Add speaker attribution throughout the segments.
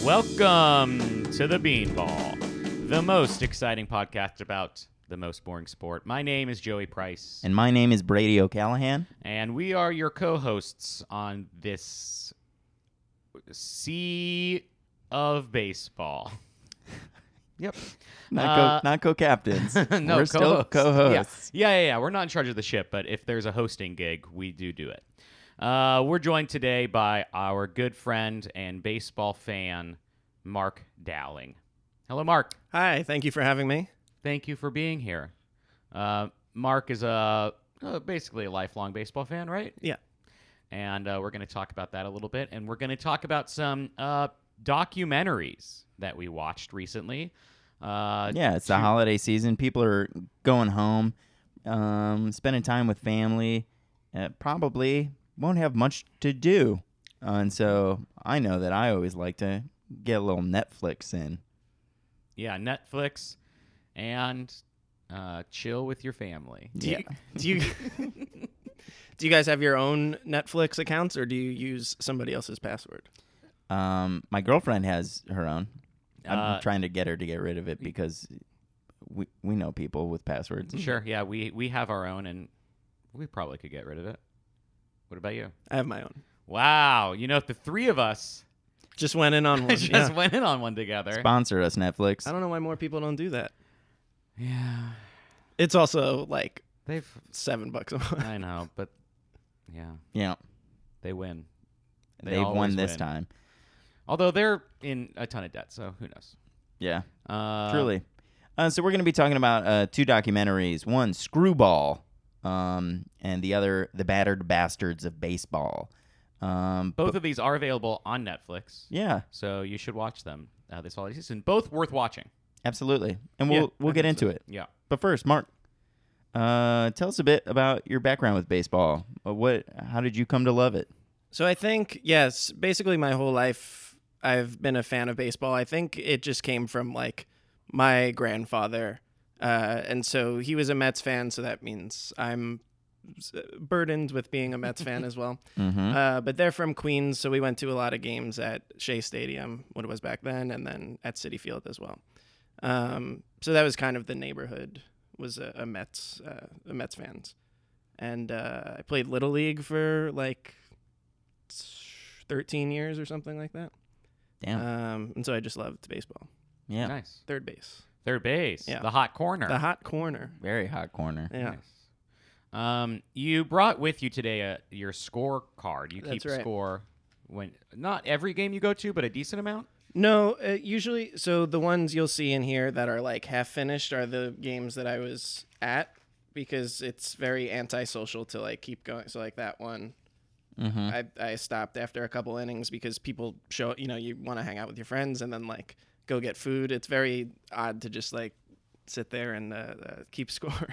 Speaker 1: Welcome to the Beanball, the most exciting podcast about the most boring sport. My name is Joey Price,
Speaker 2: And my name is Brady O'Callahan.
Speaker 1: and we are your co-hosts on this sea of baseball. Yep.
Speaker 2: Not co
Speaker 1: Uh,
Speaker 2: not co-captains.
Speaker 1: no,
Speaker 2: We're still co-hosts.
Speaker 1: Yeah. yeah, yeah, yeah. We're not in charge of the ship, but if there's a hosting gig, we do do it. Uh, we're joined today by our good friend and baseball fan, Mark Dowling. Hello, Mark.
Speaker 3: Hi, thank you for having me.
Speaker 1: Thank you for being here. Uh, Mark is a uh, basically a lifelong baseball fan, right?
Speaker 3: Yeah.
Speaker 1: And uh, we're going to talk about that a little bit, and we're going to talk about some uh, documentaries that we watched recently. Uh,
Speaker 2: Yeah, it's the holiday season. People are going home, um, spending time with family. Uh, probably won't have much to do, Uh, and so I know that I always like to get a little Netflix in.
Speaker 1: yeah, Netflix, and uh, chill with your family.
Speaker 3: Do you, do you do you guys have your own Netflix accounts, or do you use somebody else's password?
Speaker 2: Um, my girlfriend has her own. I'm
Speaker 1: Uh,
Speaker 2: trying to get her to get rid of it because we we know people with
Speaker 3: Mm-hmm.
Speaker 2: passwords.
Speaker 1: Sure, yeah, we we have our own, and we probably could get rid of it. What about you?
Speaker 3: I have my own.
Speaker 1: Wow, you know, if the three of us
Speaker 3: Just went in on one.
Speaker 1: just
Speaker 3: yeah.
Speaker 1: went in on one together,
Speaker 2: Sponsor us, Netflix.
Speaker 3: I don't know why more people don't do that.
Speaker 1: yeah,
Speaker 3: It's also like
Speaker 1: they've.
Speaker 3: seven bucks a month.
Speaker 1: I know, but yeah,
Speaker 2: Yeah,
Speaker 1: they win. They
Speaker 2: they've
Speaker 1: always
Speaker 2: won this
Speaker 1: win.
Speaker 2: time.
Speaker 1: Although they're in a ton of debt, so who knows?
Speaker 2: Yeah,
Speaker 1: Uh,
Speaker 2: truly. Uh, so we're going to be talking about uh, two documentaries. One, Screwball, um, and the other, The Battered Bastards of Baseball. Um,
Speaker 1: both
Speaker 2: but-
Speaker 1: of these are available on Netflix,
Speaker 2: yeah,
Speaker 1: so you should watch them uh, this holiday season. Both worth watching.
Speaker 2: absolutely. And
Speaker 3: Yeah,
Speaker 2: we'll
Speaker 3: I
Speaker 2: we'll get
Speaker 3: think
Speaker 2: into
Speaker 3: so.
Speaker 2: it.
Speaker 1: Yeah.
Speaker 2: But first, Mark, uh, tell us a bit about your background with baseball. Uh, what? How did you come to love it?
Speaker 3: So I think yes, basically my whole life I've been a fan of baseball. I think it just came from like my grandfather, uh, and so he was a Mets fan. So that means I'm s- burdened with being a Mets fan as well.
Speaker 2: Mm-hmm.
Speaker 3: Uh, but they're from Queens, so we went to a lot of games at Shea Stadium, what it was back then, and then at City Field as well. Um, so that was kind of the neighborhood was a, a Mets uh, a Mets fans, and uh, I played little league for like thirteen years or something like that.
Speaker 2: Damn.
Speaker 3: Um, and so I just loved baseball,
Speaker 2: yeah.
Speaker 1: Nice.
Speaker 3: third base,
Speaker 1: Third base.
Speaker 3: Yeah.
Speaker 1: The hot corner.
Speaker 3: the hot corner.
Speaker 2: Very hot corner.
Speaker 3: Yeah,
Speaker 1: Nice. Um, you brought with you today uh your score card. You
Speaker 3: That's
Speaker 1: keep
Speaker 3: right.
Speaker 1: score when not every game you go to, but a decent amount.
Speaker 3: No, uh, usually, so the ones you'll see in here that are like half finished are the games that I was at because it's very antisocial to like keep going. So like that one,
Speaker 2: Mm-hmm.
Speaker 3: I I stopped after a couple innings because people show you know you want to hang out with your friends and then like go get food. It's very odd to just like sit there and uh, uh, keep score.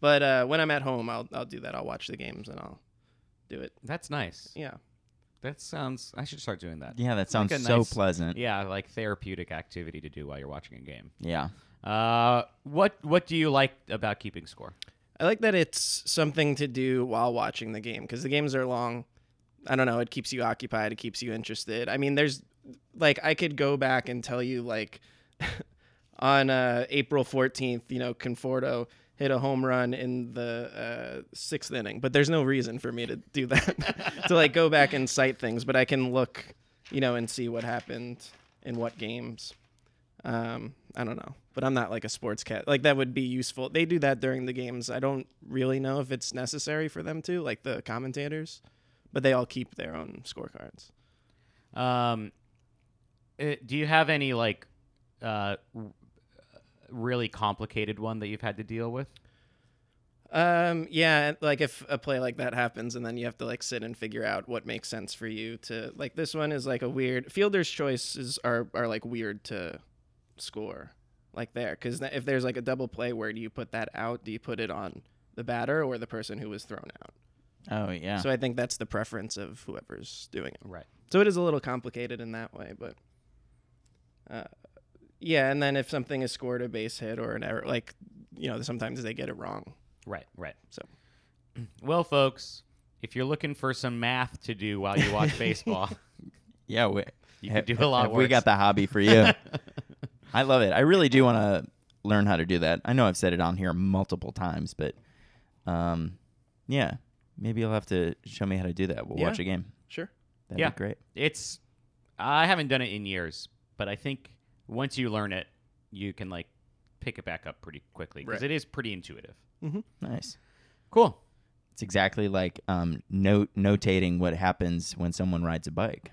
Speaker 3: but uh, when I'm at home, I'll I'll do that. I'll watch the games and I'll do it.
Speaker 1: That's nice.
Speaker 3: Yeah.
Speaker 1: That sounds. I should start doing that.
Speaker 2: Yeah, that sounds
Speaker 1: a
Speaker 2: so
Speaker 1: nice-
Speaker 2: pleasant.
Speaker 1: Yeah, like therapeutic activity to do while you're watching a game.
Speaker 2: Yeah.
Speaker 1: Uh, what What do you like about keeping score?
Speaker 3: I like that it's something to do while watching the game because the games are long. I don't know. It keeps you occupied. It keeps you interested. I mean, there's like I could go back and tell you like on uh, April 14th, you know, Conforto hit a home run in the uh, sixth inning, but there's no reason for me to do that to like go back and cite things. But I can look, you know, and see what happened in what games. Um, I don't know, but I'm not like a sports cat. Like that would be useful. They do that during the games. I don't really know if it's necessary for them to, like the commentators, but they all keep their own scorecards.
Speaker 1: Um, eh, do you have any like uh, r- really complicated one that you've had to deal with?
Speaker 3: Um, yeah, like if a play like that happens, and then you have to like sit and figure out what makes sense for you to like. This one is like a weird fielder's choices are are like weird to score like there because if there's like a double play, where do you put that out? Do you put it on the batter or the person who was thrown out?
Speaker 2: Oh yeah.
Speaker 3: So I think that's the preference of whoever's doing it.
Speaker 1: Right.
Speaker 3: So it is a little complicated in that way, but uh, yeah. And then if something is scored a base hit or an error, like you know, sometimes they get it wrong.
Speaker 1: Right, right.
Speaker 3: So.
Speaker 1: well, folks, if you're looking for some math to do while you watch baseball,
Speaker 2: yeah. We,
Speaker 1: You could do a lot
Speaker 2: Have
Speaker 1: worse.
Speaker 2: We got the hobby for you. I love it. I really do want to learn how to do that. I know I've said it on here multiple times, but um, yeah, maybe you'll have to show me how to do that. We'll
Speaker 3: Yeah.
Speaker 2: watch a game.
Speaker 3: Sure.
Speaker 2: That'd
Speaker 1: Yeah.
Speaker 2: be great.
Speaker 1: It's I haven't done it in years, but I think once you learn it, you can like pick it back up pretty quickly because
Speaker 3: Right.
Speaker 1: it is pretty intuitive.
Speaker 2: Nice.
Speaker 1: Cool.
Speaker 2: It's exactly like um, note notating what happens when someone rides a bike.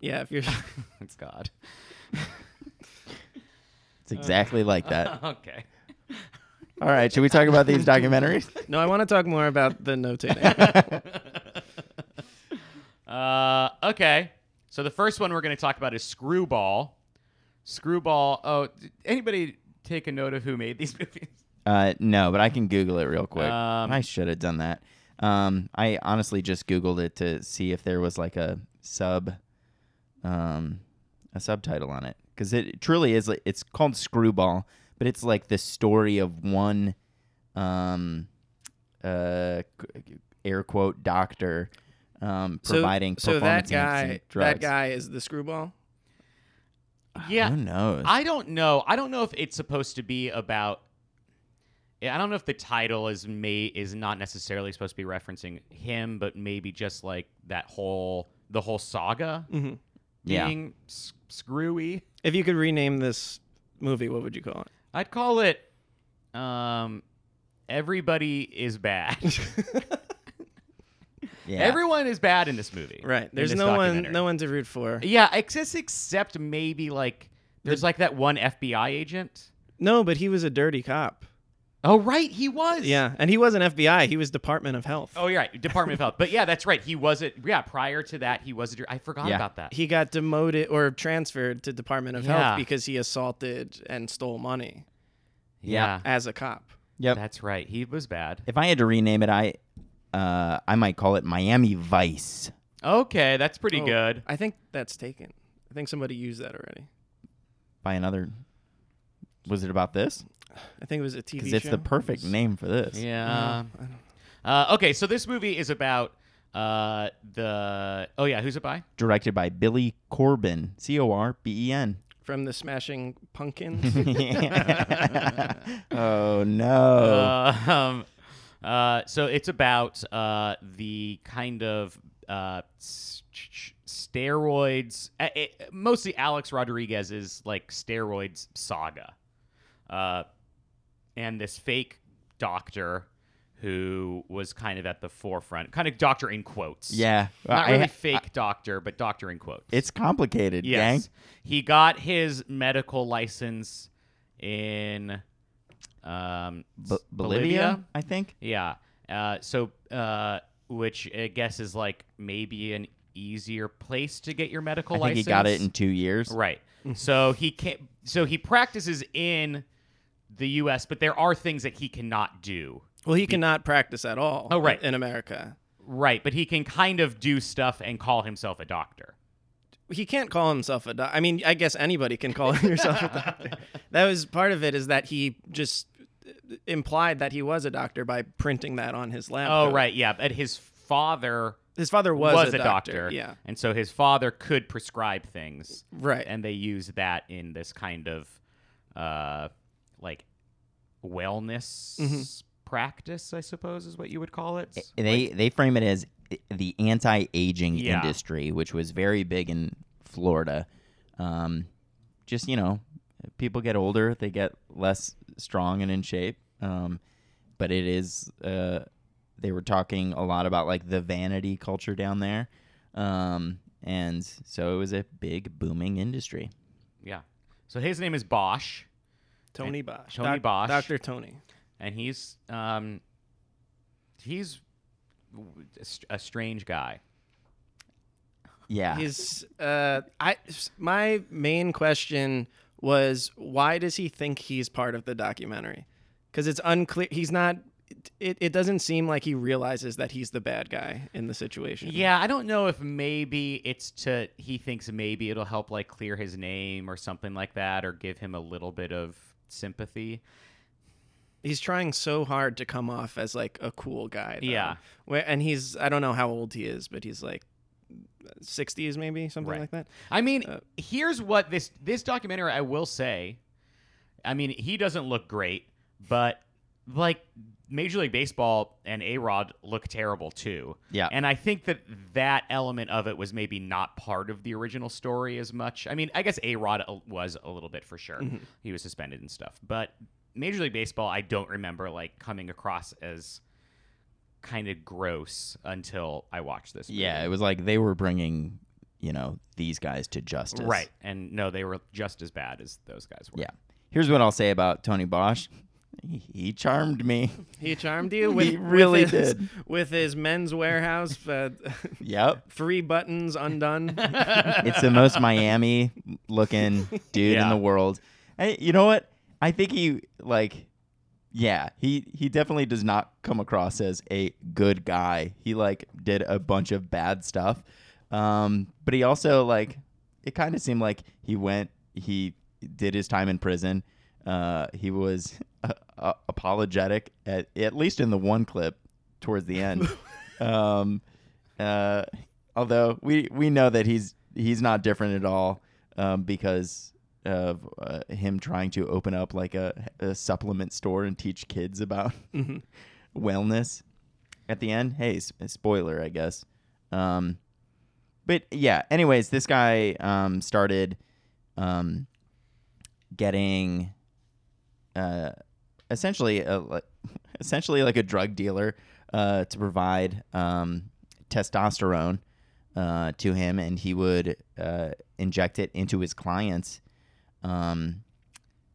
Speaker 3: Yeah. If you're
Speaker 1: Thanks God. Uh.
Speaker 2: It's exactly like that.
Speaker 1: okay.
Speaker 2: All right, should we talk about these documentaries?
Speaker 3: no, I want to talk more about the notating.
Speaker 1: Uh, okay. So the first one we're going to talk about is Screwball. Screwball. Oh, did anybody take a note of who made these movies?
Speaker 2: Uh, no, but I can Google it real quick.
Speaker 1: Um,
Speaker 2: I should have done that. Um, I honestly just Googled it to see if there was like a sub, um, a subtitle on it because it truly is. like- It's called Screwball, but it's like the story of one, um, uh, qu- air quote doctor, um, providing
Speaker 3: so that
Speaker 2: performance
Speaker 3: guy,
Speaker 2: enhancing drugs.
Speaker 3: that guy is the screwball.
Speaker 1: Yeah.
Speaker 2: Who knows?
Speaker 1: I don't know. I don't know if it's supposed to be about. Yeah, I don't know if the title is may is not necessarily supposed to be referencing him, but maybe just like that whole the whole saga
Speaker 3: Mhm.
Speaker 2: Yeah.
Speaker 1: being s- screwy.
Speaker 3: If you could rename this movie, what would you call it?
Speaker 1: I'd call it. Um, everybody is bad.
Speaker 2: yeah.
Speaker 1: Everyone is bad in this movie.
Speaker 3: Right.
Speaker 1: in
Speaker 3: There's
Speaker 1: this
Speaker 3: no one,
Speaker 1: documentary.
Speaker 3: no one to root for.
Speaker 1: Yeah, except except maybe like there's like that one FBI agent.
Speaker 3: No, but he was a dirty cop.
Speaker 1: Oh right, he was.
Speaker 3: Yeah, and he wasn't FBI. He was Department of Health.
Speaker 1: Oh, you're right. Department of Health. But yeah, that's right. He was it. Yeah, prior to that, he was a. dir- I forgot
Speaker 2: Yeah.
Speaker 1: about that.
Speaker 3: he got demoted or transferred to Department of
Speaker 1: Yeah.
Speaker 3: Health because he assaulted and stole money
Speaker 1: yeah,
Speaker 3: as a cop.
Speaker 2: Yep.
Speaker 1: that's right. He was bad.
Speaker 2: if I had to rename it, I, uh, I might call it Miami Vice.
Speaker 1: Okay, that's pretty
Speaker 3: Oh,
Speaker 1: good.
Speaker 3: I think that's taken. I think somebody used that already.
Speaker 2: by another. Was it about this?
Speaker 3: I think it was a TV
Speaker 2: Because
Speaker 3: show.
Speaker 2: it's the perfect name for this.
Speaker 1: Yeah. Uh, okay, so this movie is about uh, the. Oh yeah, who's it by?
Speaker 2: Directed by Billy Corbin, C O R B E N.
Speaker 3: from the Smashing Pumpkins.
Speaker 2: oh no!
Speaker 1: Uh, um, uh, so it's about uh, the kind of uh, s- ch- ch- steroids, uh, it, mostly Alex Rodriguez's like steroids saga, uh, and this fake doctor who was kind of at the forefront, kind of doctor in quotes.
Speaker 2: yeah,
Speaker 1: Not
Speaker 2: I-
Speaker 1: really fake doctor, but doctor in quotes.
Speaker 2: it's complicated, gang.
Speaker 1: Yes. He got his medical license in um,
Speaker 2: B-
Speaker 1: s-
Speaker 2: Bolivia, I think.
Speaker 1: Yeah. Uh, so, uh, which I guess is like maybe an easier place to get your medical
Speaker 2: I think he
Speaker 1: license.
Speaker 2: got it in two years.
Speaker 1: Right. so he can So he practices in the U.S., but there are things that he cannot do.
Speaker 3: well, he cannot practice at all.
Speaker 1: Oh, right.
Speaker 3: In America,
Speaker 1: Right, but he can kind of do stuff and call himself a doctor.
Speaker 3: he can't call himself a doc I mean, I guess anybody can call himself a doctor. That was part of it. Is that he just uh, implied that he was a doctor by printing that on his lab.
Speaker 1: Oh,
Speaker 3: coat.
Speaker 1: right. Yeah, but his father
Speaker 3: His father was,
Speaker 1: was,
Speaker 3: a, doctor. Yeah.
Speaker 1: And so his father could prescribe things.
Speaker 3: Right.
Speaker 1: And they use that in this kind of uh like wellness practice, I suppose is what you would call it.
Speaker 2: They they frame it as i- the anti-aging
Speaker 1: Yeah.
Speaker 2: industry, which was very big in Florida. Um, just you know, people get older, they get less strong and in shape. Um, but it is uh, they were talking a lot about like the vanity culture down there, um, and so it was a big booming industry.
Speaker 1: Yeah. So his name is Bosch
Speaker 3: Tony Bosch.
Speaker 1: Tony Bosch.
Speaker 3: Doctor Tony.
Speaker 1: and he's um he's w- a str- a strange guy.
Speaker 2: Yeah,
Speaker 3: His uh, I s- my main question was why does he think he's part of the documentary? Because it's unclear. He's not. It, it doesn't seem like he realizes that he's the bad guy in the situation.
Speaker 1: Yeah, I don't know if maybe it's to he thinks maybe it'll help like clear his name or something like that or give him a little bit of sympathy.
Speaker 3: he's trying so hard to come off as like a cool guy. though.
Speaker 1: Yeah.
Speaker 3: where and he's I don't know how old he is, but he's like 60s maybe something
Speaker 1: Right.
Speaker 3: like that.
Speaker 1: I mean,
Speaker 3: Uh,
Speaker 1: here's what this this documentary I will say. I mean, he doesn't look great, but like Major League Baseball and A Rod look terrible too.
Speaker 2: Yeah.
Speaker 1: and I think that that element of it was maybe not part of the original story as much. I mean, I guess A Rod was a little bit for sure.
Speaker 2: Mm-hmm.
Speaker 1: He was suspended and stuff, but Major League Baseball, I don't remember like coming across as kind of gross until I watched this. movie.
Speaker 2: Yeah, it was like they were bringing, you know, these guys to justice.
Speaker 1: Right. And no, they were just as bad as those guys were.
Speaker 2: Yeah. Here's what I'll say about Tony Bosch. He, he charmed me.
Speaker 3: He charmed you with
Speaker 2: He really
Speaker 3: with his,
Speaker 2: did.
Speaker 3: with his men's warehouse uh,
Speaker 2: Yep.
Speaker 3: three buttons undone.
Speaker 2: It's the most Miami looking dude
Speaker 1: Yeah.
Speaker 2: in the world. I, you know what? I think he like yeah, he he definitely does not come across as a good guy. He like did a bunch of bad stuff. Um but he also like it kind of seemed like he went he did his time in prison. Uh he was uh, uh, apologetic at at least in the one clip towards the end. um uh, although we we know that he's he's not different at all um, because of uh, him trying to open up like a, a supplement store and teach kids about wellness at the end hey s- spoiler i guess um, but yeah anyways this guy um, started um, getting uh, essentially a, like, essentially like a drug dealer uh, to provide um, testosterone uh, to him, and he would uh, inject it into his clients. Um,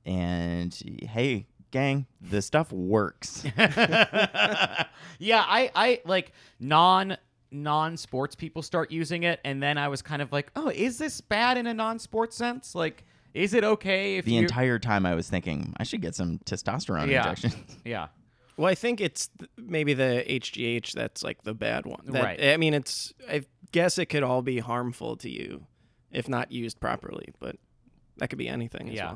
Speaker 2: and hey, gang, the stuff works.
Speaker 1: yeah, I, I like non non sports people start using it, and then I was kind of like, oh, is this bad in a non sports sense? Like, is it okay if
Speaker 2: the
Speaker 1: you?
Speaker 2: entire time I was thinking I should get some testosterone
Speaker 1: Yeah.
Speaker 2: injections.
Speaker 1: yeah,
Speaker 3: Well, I think it's th- maybe the HGH that's like the bad one. That-
Speaker 1: Right.
Speaker 3: I mean, it's. I guess it could all be harmful to you if not used properly, but that could be anything. As
Speaker 1: yeah.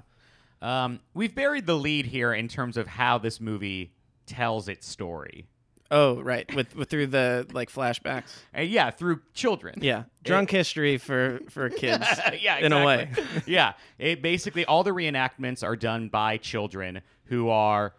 Speaker 3: Well.
Speaker 1: Um, we've buried the lead here in terms of how this movie tells its story.
Speaker 3: Oh, right. With, with through the like flashbacks.
Speaker 1: And yeah, through children.
Speaker 3: Yeah. Drunk history for for kids.
Speaker 1: yeah,
Speaker 3: in a way.
Speaker 1: exactly. yeah, it basically all the reenactments are done by children who are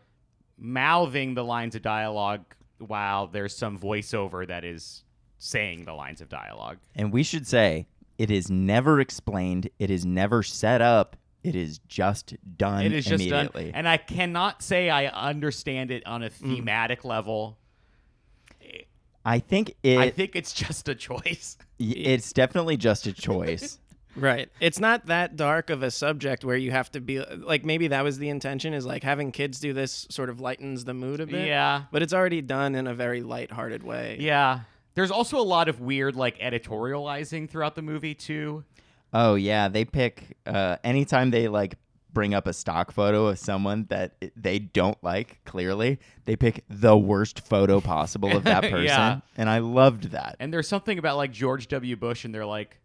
Speaker 1: mouthing the lines of dialogue while there's some voiceover that is saying the lines of dialogue.
Speaker 2: and we should say it is never explained. It is never set up. It is just done
Speaker 1: It is just done,
Speaker 2: immediately.
Speaker 1: and I cannot say I understand it on a
Speaker 3: Mm.
Speaker 1: thematic level.
Speaker 2: I think it,
Speaker 1: I think it's just a choice.
Speaker 2: y- it's definitely just a choice.
Speaker 3: Right. It's not that dark of a subject where you have to be like maybe that was the intention is like having kids do this sort of lightens the mood a bit.
Speaker 1: Yeah.
Speaker 3: But it's already done in a very lighthearted way.
Speaker 1: Yeah. There's also a lot of weird like editorializing throughout the movie too.
Speaker 2: Oh yeah, they pick uh, anytime they like bring up a stock photo of someone that i- they don't like. Clearly, they pick the worst photo possible of that
Speaker 1: Yeah.
Speaker 2: person, and I loved that.
Speaker 1: And there's something about like George W. Bush, and they're like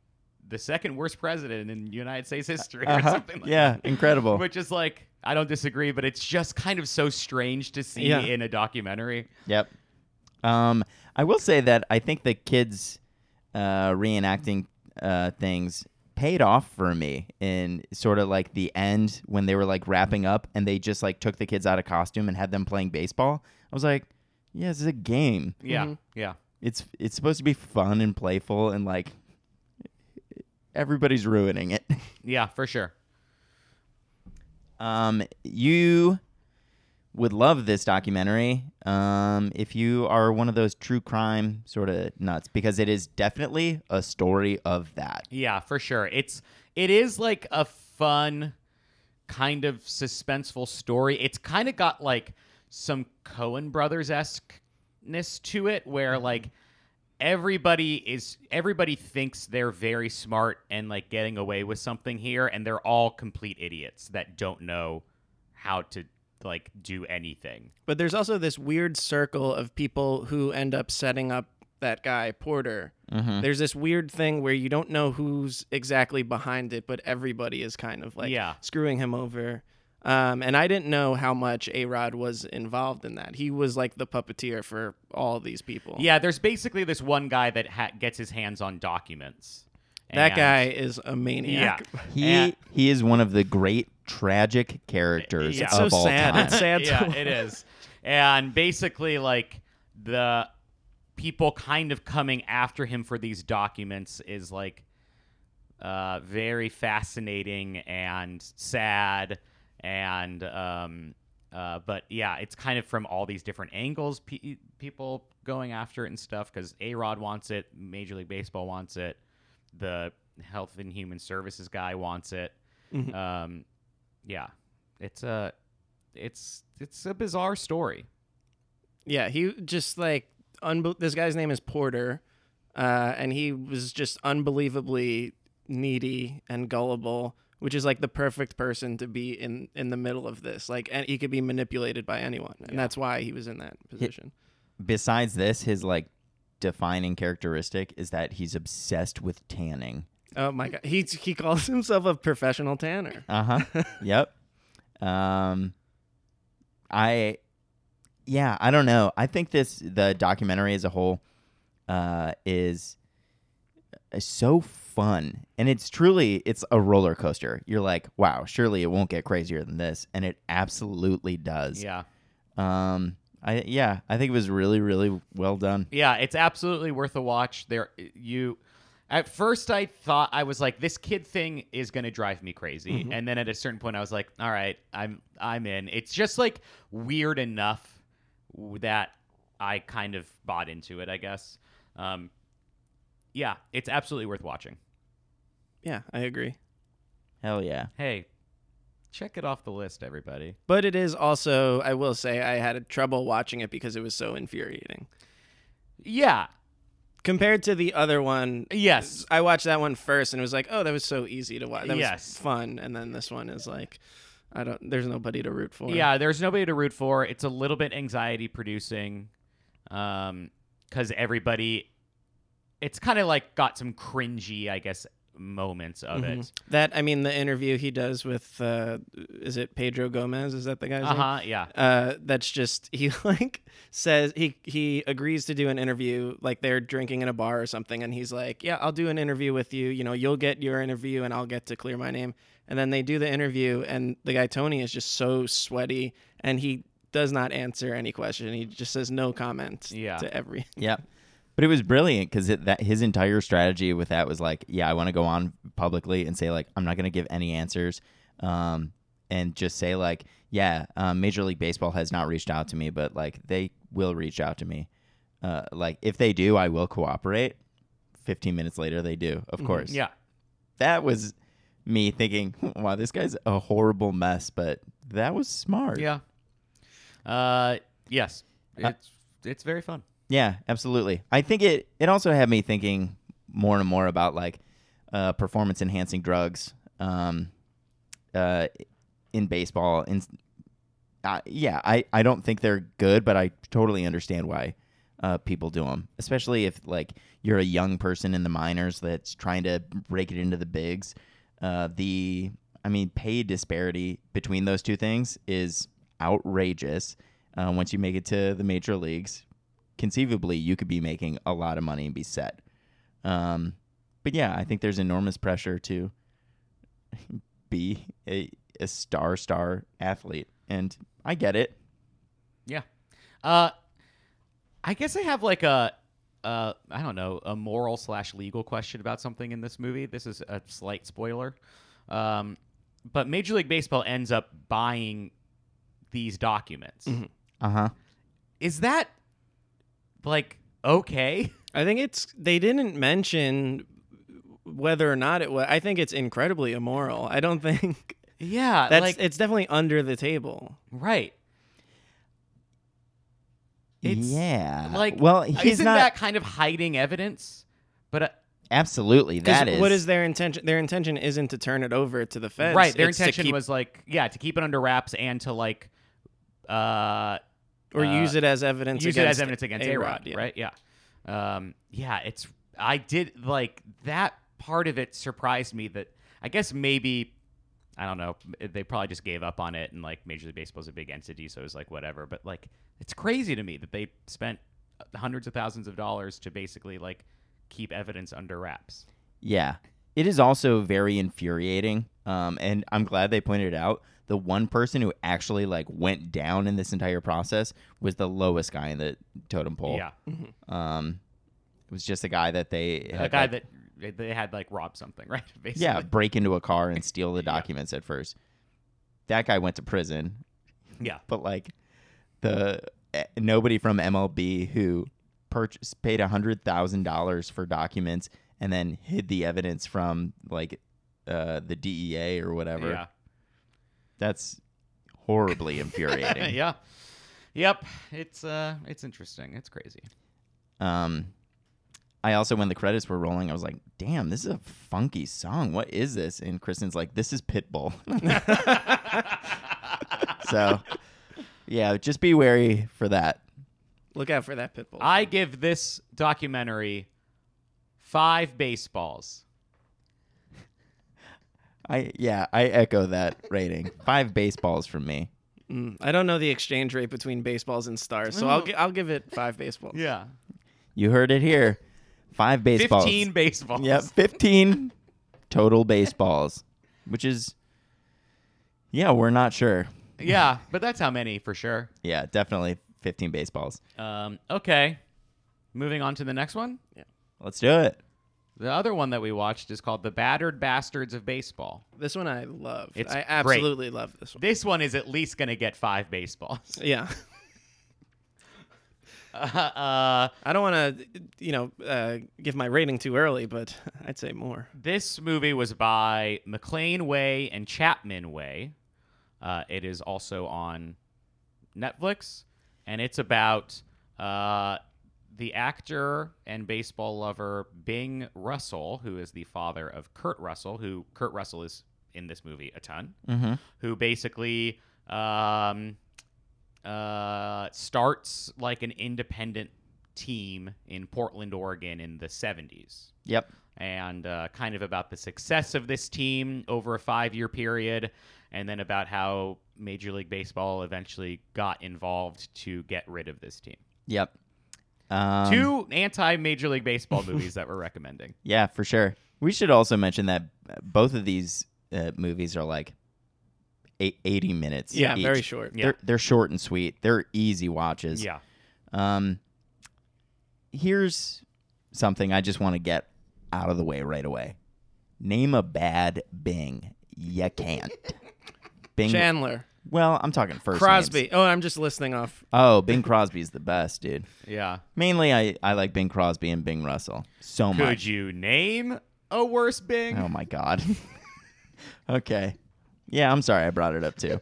Speaker 1: the second worst president in United States history, or
Speaker 2: Uh-huh.
Speaker 1: something like
Speaker 2: yeah,
Speaker 1: that.
Speaker 2: incredible.
Speaker 1: Which is like I don't disagree, but it's just kind of so strange to see
Speaker 3: Yeah.
Speaker 1: in a documentary.
Speaker 2: Yep. Um, I will say that I think the kids uh, reenacting uh, things paid off for me in sort of like the end when they were like wrapping up and they just like took the kids out of costume and had them playing baseball. I was like, yeah, this is a game.
Speaker 1: Yeah,
Speaker 3: Mhm.
Speaker 2: Mm-hmm.
Speaker 1: yeah,
Speaker 2: It's it's supposed to be fun and playful and like everybody's ruining it.
Speaker 1: yeah, for sure.
Speaker 2: Um, you would love this documentary um, if you are one of those true crime sort of nuts because it is definitely a story of that.
Speaker 1: Yeah, for sure. It's it is like a fun kind of suspenseful story. It's kind of got like some Cohen brothers esqueness to it
Speaker 3: Mm-hmm.
Speaker 1: where like everybody is everybody thinks they're very smart and like getting away with something here and they're all complete idiots that don't know how to like do anything.
Speaker 3: But there's also this weird circle of people who end up setting up that guy Porter.
Speaker 1: Mm.
Speaker 3: There's this weird thing where you don't know who's exactly behind it, but everybody is kind of like
Speaker 1: Yeah.
Speaker 3: screwing him over. Um, and I didn't know how much A Rod was involved in that. He was like the puppeteer for all these people.
Speaker 1: Yeah, there's basically this one guy that ha- gets his hands on documents.
Speaker 3: That
Speaker 1: And-
Speaker 3: guy is a
Speaker 1: Yeah.
Speaker 3: maniac.
Speaker 2: He
Speaker 1: And-
Speaker 2: he is one of the great tragic characters
Speaker 1: Yeah. It's
Speaker 2: of
Speaker 3: so
Speaker 2: all
Speaker 3: sad.
Speaker 2: time.
Speaker 3: It's sad. to
Speaker 1: yeah,
Speaker 3: watch.
Speaker 1: it is. And basically, like the people kind of coming after him for these documents is like uh, very fascinating and sad, and um, uh, but yeah, it's kind of from all these different angles. Pe- people going after it and stuff because A Rod wants it, Major League Baseball wants it, the Health and Human Services guy wants it.
Speaker 3: Mhm.
Speaker 1: Um, yeah, it's uh, a it's it's a bizarre story.
Speaker 3: Yeah, he just like unbe- this guy's name is Porter, uh, and he was just unbelievably needy and gullible, which is like the perfect person to be in in the middle of this. Like, and he could be manipulated by anyone, and that's why he was in that position.
Speaker 2: Besides this, his like defining characteristic is that he's obsessed with tanning.
Speaker 3: Oh my god, he he calls himself a professional tanner.
Speaker 2: Uh huh. yep. Um, I, yeah, I don't know. I think this the documentary as a whole, uh, is, is so fun, and it's truly it's a roller coaster. You're like, wow, surely it won't get crazier than this, and it absolutely does.
Speaker 1: Yeah,
Speaker 2: Um. I yeah. I think it was really really well done.
Speaker 1: yeah, it's absolutely worth a watch. There, you. At first, I thought I was like, this kid thing is gonna drive me crazy, and then at a certain point, I was like, all right, I'm I'm in. It's just like weird enough w- that I kind of bought into it, I guess. Um, yeah, it's absolutely worth watching.
Speaker 3: Yeah, I agree.
Speaker 2: Hell yeah.
Speaker 1: Hey, check it off the list, everybody.
Speaker 3: But it is also, I will say, I had trouble watching it because it was so infuriating.
Speaker 1: Yeah.
Speaker 3: Compared to the other one,
Speaker 1: Yes.
Speaker 3: I watched that one first and it was like, oh, that was so easy to watch. That
Speaker 1: Yes.
Speaker 3: was fun. And then this one is like, I don't, there's nobody to root for.
Speaker 1: Yeah, there's nobody to root for. It's a little bit anxiety producing, um, because everybody, it's kind of like got some cringy, I guess, moments of it.
Speaker 3: Mm-hmm. That, I mean, the interview he does with, uh, is it Pedro Gomez? Is that the guy's
Speaker 1: Uh
Speaker 3: name?
Speaker 1: huh. Yeah.
Speaker 3: Uh, that's just he like says he he agrees to do an interview like they're drinking in a bar or something and he's like yeah I'll do an interview with you you know you'll get your interview and I'll get to clear my name and then they do the interview and the guy Tony is just so sweaty and he does not answer any question he just says no comment
Speaker 1: Yeah.
Speaker 3: to every
Speaker 2: Yeah. But it was brilliant because that his entire strategy with that was like, yeah, I want to go on publicly and say like, I'm not going to give any answers, um, and just say like, yeah, um, Major League Baseball has not reached out to me, but like they will reach out to me. Uh, like if they do, I will cooperate. Fifteen minutes later, they do, of course.
Speaker 1: Yeah.
Speaker 2: that was me thinking, "Hmm, wow, this guy's a horrible mess, but that was smart.
Speaker 1: Yeah. Uh. Yes. It's it's very fun.
Speaker 2: Yeah, absolutely. I think it it also had me thinking more and more about like uh, performance enhancing drugs um, uh, in baseball. In uh, yeah, I I don't think they're good, but I totally understand why uh, people do them, especially if like you're a young person in the minors that's trying to break it into the bigs. Uh, the I mean, pay disparity between those two things is outrageous. Uh, once you make it to the major leagues, conceivably you could be making a lot of money and be set. Um, but yeah, I think there's enormous pressure to be a, a star star athlete, and I get it.
Speaker 1: Yeah. Uh, I guess I have like a, uh, I don't know, a moral slash legal question about something in this movie. This is a slight spoiler. Um, but Major League Baseball ends up buying these documents.
Speaker 3: Mm-hmm.
Speaker 2: Uh huh.
Speaker 1: Is that like okay?
Speaker 3: I think it's they didn't mention whether or not it was I think it's incredibly immoral I don't think
Speaker 1: Yeah.
Speaker 3: that's
Speaker 1: Uh, like,
Speaker 3: it's definitely under the table
Speaker 1: right. It's
Speaker 3: Uh,
Speaker 2: Yeah.
Speaker 1: Like,
Speaker 2: well, he's
Speaker 1: isn't
Speaker 2: not
Speaker 1: that kind of hiding evidence? But uh,
Speaker 2: absolutely.
Speaker 3: 'Cause
Speaker 2: That is
Speaker 3: what is their intention? Their intention isn't to turn it over to the feds,
Speaker 1: right, their
Speaker 3: It's to
Speaker 1: intention
Speaker 3: keep-
Speaker 1: was like, yeah, to keep it under wraps and to like, uh,
Speaker 3: or
Speaker 1: uh,
Speaker 3: use it as evidence.
Speaker 1: use it
Speaker 3: against
Speaker 1: as evidence against A Rod,
Speaker 3: yeah.
Speaker 1: right? Yeah, um, yeah. It's I did like that part of it surprised me that I guess maybe I don't know. They probably just gave up on it, and like Major League Baseball is a big entity, so it was like whatever. But like, it's crazy to me that they spent hundreds of thousands of dollars to basically like keep evidence under wraps.
Speaker 2: Yeah. It is also very infuriating. Um, and I'm glad they pointed it out. The one person who actually like went down in this entire process was the lowest guy in the totem pole.
Speaker 1: Yeah,
Speaker 2: Um, it was just a guy that they
Speaker 1: the
Speaker 2: had,
Speaker 1: guy
Speaker 2: like-
Speaker 1: that they had like robbed something, right? Basically.
Speaker 2: yeah break into a car and steal the documents at first. That guy went to prison,
Speaker 1: yeah.
Speaker 2: but like the eh, nobody from MLB who purchased paid a hundred thousand dollars for documents and then hid the evidence from like uh, the DEA or whatever.
Speaker 1: Yeah.
Speaker 2: That's horribly infuriating.
Speaker 1: yeah. Yep. It's uh it's interesting. It's crazy.
Speaker 2: Um, I also, when the credits were rolling, I was like, "Damn, this is a funky song. What is this?" And Kristen's like, "This is Pitbull." so, yeah, just be wary for that.
Speaker 3: Look out for that pit bull.
Speaker 1: I give this documentary five baseballs.
Speaker 2: I yeah, I echo that rating. Five baseballs from me.
Speaker 3: Mm, I don't know the exchange rate between baseballs and stars, so I'll gi- I'll give it five baseballs.
Speaker 1: Mm. Yeah.
Speaker 2: You heard it here. Five baseballs.
Speaker 1: Fifteen baseballs.
Speaker 2: Yep, fifteen total baseballs, which is yeah, we're not sure.
Speaker 1: Yeah, but that's how many for sure.
Speaker 2: Yeah, definitely fifteen baseballs.
Speaker 1: Um, okay. Moving on to the next one.
Speaker 2: Let's do it.
Speaker 1: The other one that we watched is called The Battered Bastards of Baseball.
Speaker 3: This one I love.
Speaker 1: It's
Speaker 3: I
Speaker 1: great.
Speaker 3: absolutely love this one.
Speaker 1: This one is at least going to get five baseballs.
Speaker 3: Yeah.
Speaker 1: Uh, uh,
Speaker 3: I don't want to, you know, uh, give my rating too early, but I'd say more.
Speaker 1: This movie was by McLean Way and Chapman Way. Uh, it is also on Netflix, and it's about uh, the actor and baseball lover Bing Russell, who is the father of Kurt Russell, who Kurt Russell is in this movie a ton,
Speaker 2: Mm-hmm.
Speaker 1: who basically um, uh, starts like an independent team in Portland, Oregon in the 70s
Speaker 2: Yep.
Speaker 1: and uh, kind of about the success of this team over a five year period, and then about how Major League Baseball eventually got involved to get rid of this team.
Speaker 2: Yep. Um,
Speaker 1: Two anti Major League Baseball movies that we're recommending.
Speaker 2: Yeah, for sure. We should also mention that both of these uh, movies are like eight, 80 minutes.
Speaker 3: Yeah,
Speaker 2: each.
Speaker 3: very short.
Speaker 1: Yeah.
Speaker 2: They're, they're short and sweet. They're easy watches.
Speaker 1: Yeah.
Speaker 2: Um, here's something I just want to get out of the way right away. Name a bad Bing. You can't. Bing.
Speaker 3: Chandler,
Speaker 2: well, I'm talking first. names.
Speaker 3: Crosby. Oh, I'm just listening off.
Speaker 2: Oh, Bing Crosby's the best, dude.
Speaker 1: Yeah.
Speaker 2: Mainly, I, I like Bing Crosby and Bing Russell so much.
Speaker 1: Could you name a worse Bing?
Speaker 2: Oh my god. okay. Yeah, I'm sorry I brought it up too.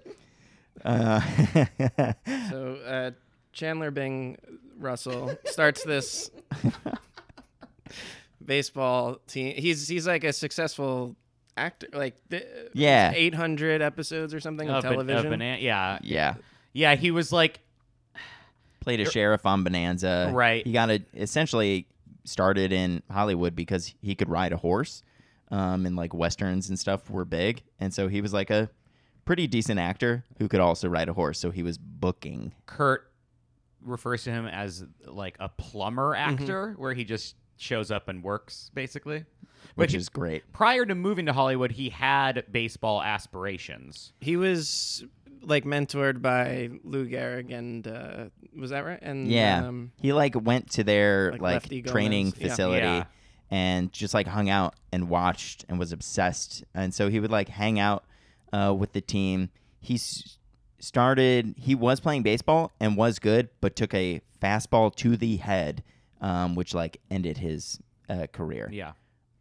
Speaker 2: Uh,
Speaker 3: So uh, Chandler Bing Russell starts this baseball team. He's he's like a successful actor, like th-
Speaker 2: Yeah.
Speaker 3: 800 episodes or something on
Speaker 1: Of an- of
Speaker 3: television.
Speaker 1: an an- yeah.
Speaker 2: yeah,
Speaker 1: Yeah. He was like,
Speaker 2: played a sheriff on Bonanza.
Speaker 1: Right.
Speaker 2: He got a, essentially started in Hollywood because he could ride a horse, um, and like westerns and stuff were big, and so he was like a pretty decent actor who could also ride a horse. So he was booking.
Speaker 1: Kurt refers to him as like a plumber
Speaker 2: Mm-hmm.
Speaker 1: actor, where he just shows up and works, basically.
Speaker 2: Which
Speaker 1: he-
Speaker 2: is great.
Speaker 1: prior to moving to Hollywood, he had baseball aspirations.
Speaker 3: He was like mentored by Lou Gehrig and uh, was that right? And
Speaker 2: Yeah,
Speaker 3: um,
Speaker 2: he like went to their
Speaker 3: like
Speaker 2: like,
Speaker 3: Lefty Gomez.
Speaker 2: training
Speaker 3: Yeah.
Speaker 2: facility
Speaker 1: Yeah.
Speaker 2: and just like hung out and watched and was obsessed. And so he would like hang out uh, with the team. He s- started. He was playing baseball and was good, but took a fastball to the head, um, which like ended his uh, career.
Speaker 1: Yeah.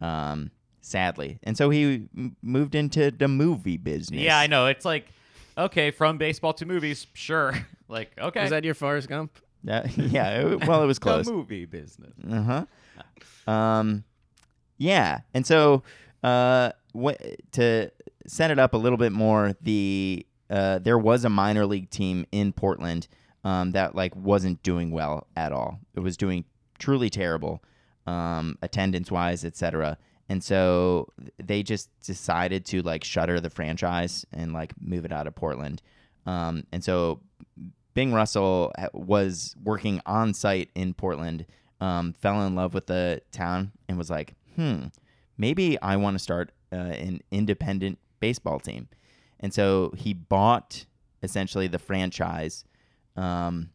Speaker 2: Um, sadly, and so he m- moved into the movie business.
Speaker 1: Yeah, I know. It's like, okay, from baseball to movies, sure. like, okay.
Speaker 3: was that your Forrest Gump?
Speaker 2: That- Uh, yeah. it- well, it was close.
Speaker 1: the movie business?
Speaker 2: Uh huh. Um, yeah, and so uh, wh- to set it up a little bit more, the uh, there was a minor league team in Portland um, that like wasn't doing well at all. It was doing truly terrible, um, attendance wise, etc. And so they just decided to like shutter the franchise and like move it out of Portland. Um, and so Bing Russell ha- was working on site in Portland, um, fell in love with the town, and was like, hmm, maybe I want to start uh, an independent baseball team. And so he bought essentially the franchise um,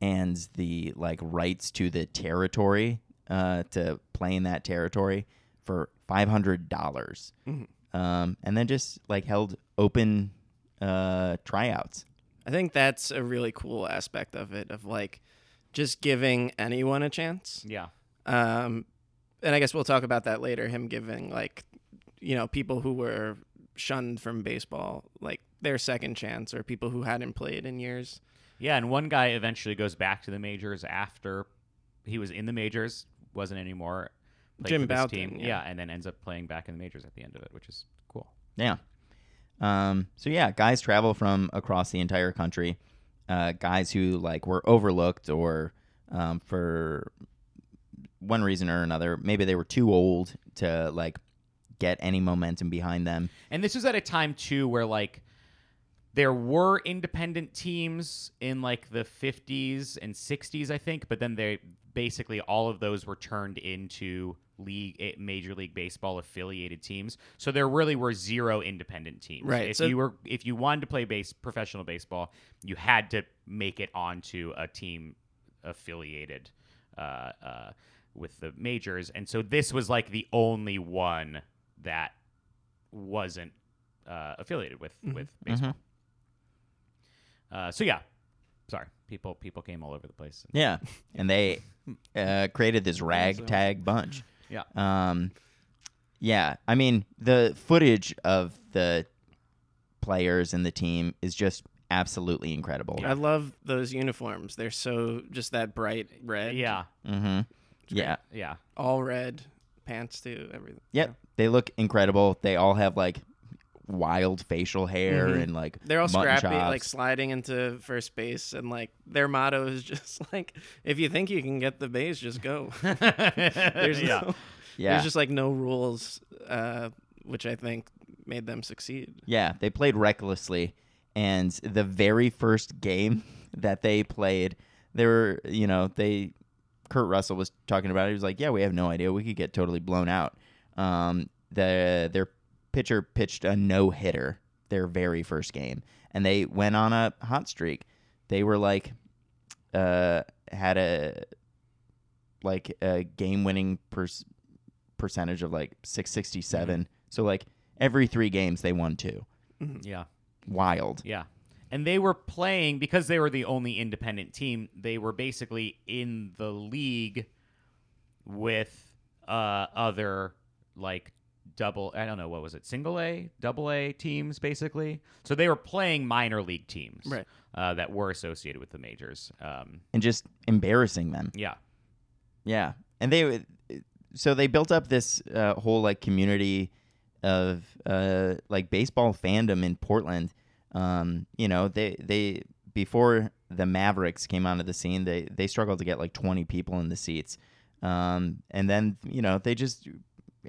Speaker 2: and the like rights to the territory uh, to play in that territory for five hundred dollars,
Speaker 3: Mhm.
Speaker 2: um, and then just like held open uh, tryouts.
Speaker 3: I think that's a really cool aspect of it, of like just giving anyone a chance.
Speaker 1: Yeah.
Speaker 3: Um, and I guess we'll talk about that later. Him giving like, you know, people who were shunned from baseball like their second chance, or people who hadn't played in years.
Speaker 1: Yeah, and one guy eventually goes back to the majors after he was in the majors, wasn't anymore. played
Speaker 3: Jim
Speaker 1: for this
Speaker 3: Bouton,
Speaker 1: team.
Speaker 3: yeah.
Speaker 1: and then ends up playing back in the majors at the end of it, which is cool.
Speaker 2: Yeah. Um, so yeah, guys travel from across the entire country. Uh, guys who like were overlooked or um, for one reason or another, maybe they were too old to like get any momentum behind them.
Speaker 1: And this was at a time too where like there were independent teams in like the 50s and 60s, I think, but then they basically all of those were turned into league eh, major league baseball affiliated teams. So there really were zero independent teams.
Speaker 3: Right,
Speaker 1: If
Speaker 3: so-
Speaker 1: you were if you wanted to play base professional baseball, you had to make it onto a team affiliated uh, uh, with the majors, and so this was like the only one that wasn't uh, affiliated with with baseball. Uh, so yeah, sorry, people people came all over the place.
Speaker 2: Yeah, and they uh, created this ragtag bunch.
Speaker 1: Yeah.
Speaker 2: Um, yeah, I mean the footage of the players and the team is just absolutely incredible.
Speaker 3: I love those uniforms. They're so just that bright red.
Speaker 1: Yeah,
Speaker 2: Mm-hmm. Yeah.
Speaker 1: yeah,
Speaker 3: all red pants too. Everything.
Speaker 2: Yep. They look incredible. They all have like wild facial hair
Speaker 3: Mhm.
Speaker 2: and like
Speaker 3: They're all
Speaker 2: mutton
Speaker 3: scrappy,
Speaker 2: chops.
Speaker 3: like sliding into first base, and like their motto is just like, if you think you can get the base, just go. There's
Speaker 1: yeah.
Speaker 3: no,
Speaker 2: yeah.
Speaker 3: there's just like no rules, uh, which I think made them succeed.
Speaker 2: Yeah, they played recklessly, and the very first game that they played, they were, you know, they, Kurt Russell was talking about it. He was like, "Yeah, we have no idea. We could get totally blown out." Um, the their pitcher pitched a no hitter their very first game, and they went on a hot streak. They were like, uh, had a like a game winning per- percentage of like six sixty seven. So like every three games they won two.
Speaker 1: yeah.
Speaker 2: Wild.
Speaker 1: Yeah. And they were playing because they were the only independent team, they were basically in the league with uh other like double I don't know what was it, single A, double A teams basically. So they were playing minor league teams
Speaker 3: Right.
Speaker 1: uh, that were associated with the majors. Um
Speaker 2: and just embarrassing them.
Speaker 1: yeah.
Speaker 2: Yeah, and they so they built up this uh, whole like community of uh, like baseball fandom in Portland. Um, you know, they they before the Mavericks came onto the scene, they they struggled to get like twenty people in the seats, um, and then you know they just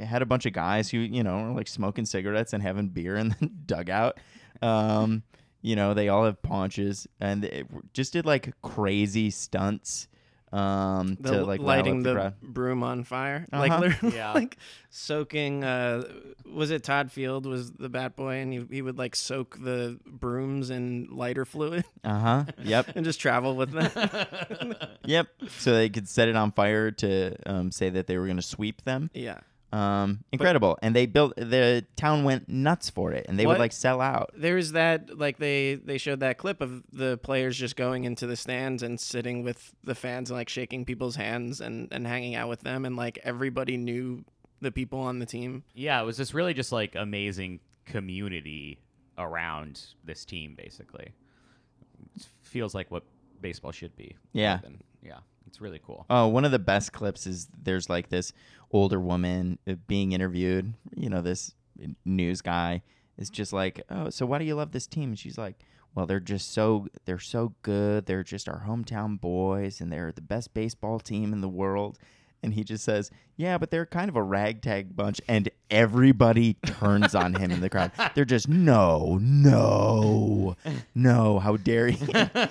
Speaker 2: had a bunch of guys who you know were like smoking cigarettes and having beer in the dugout. Um, you know, they all have paunches and it just did like crazy stunts. Um,
Speaker 3: The
Speaker 2: to
Speaker 3: l-
Speaker 2: like rile
Speaker 3: lighting
Speaker 2: up
Speaker 3: the,
Speaker 2: crowd.
Speaker 3: broom on fire,
Speaker 2: Uh-huh.
Speaker 3: like literally,
Speaker 1: Yeah.
Speaker 3: like soaking. Uh, was it Todd Field was the bat boy, and he, he would like soak the brooms in lighter fluid
Speaker 2: Uh huh. Yep.
Speaker 3: and just travel with them.
Speaker 2: yep. So they could set it on fire to um, say that they were going to sweep them.
Speaker 3: yeah.
Speaker 2: Um, incredible. and they built the town went nuts for it, and they would
Speaker 3: What?
Speaker 2: like sell out.
Speaker 3: there's that like they they showed that clip of the players just going into the stands and sitting with the fans and like shaking people's hands and and hanging out with them and like everybody knew the people on the team
Speaker 1: Yeah, it was just really just like amazing community around this team basically. It feels like what baseball should be.
Speaker 2: Yeah.
Speaker 1: And, yeah. It's really cool.
Speaker 2: Oh, one of the best clips is there's like this older woman uh, being interviewed. You know, this news guy is just like, "Oh, so why do you love this team?" And she's like, "Well, they're just so they're so good. They're just our hometown boys, and they're the best baseball team in the world." And he just says, Yeah, but they're kind of a ragtag bunch. And everybody turns on him in the crowd. They're just, No, no, no, how dare you?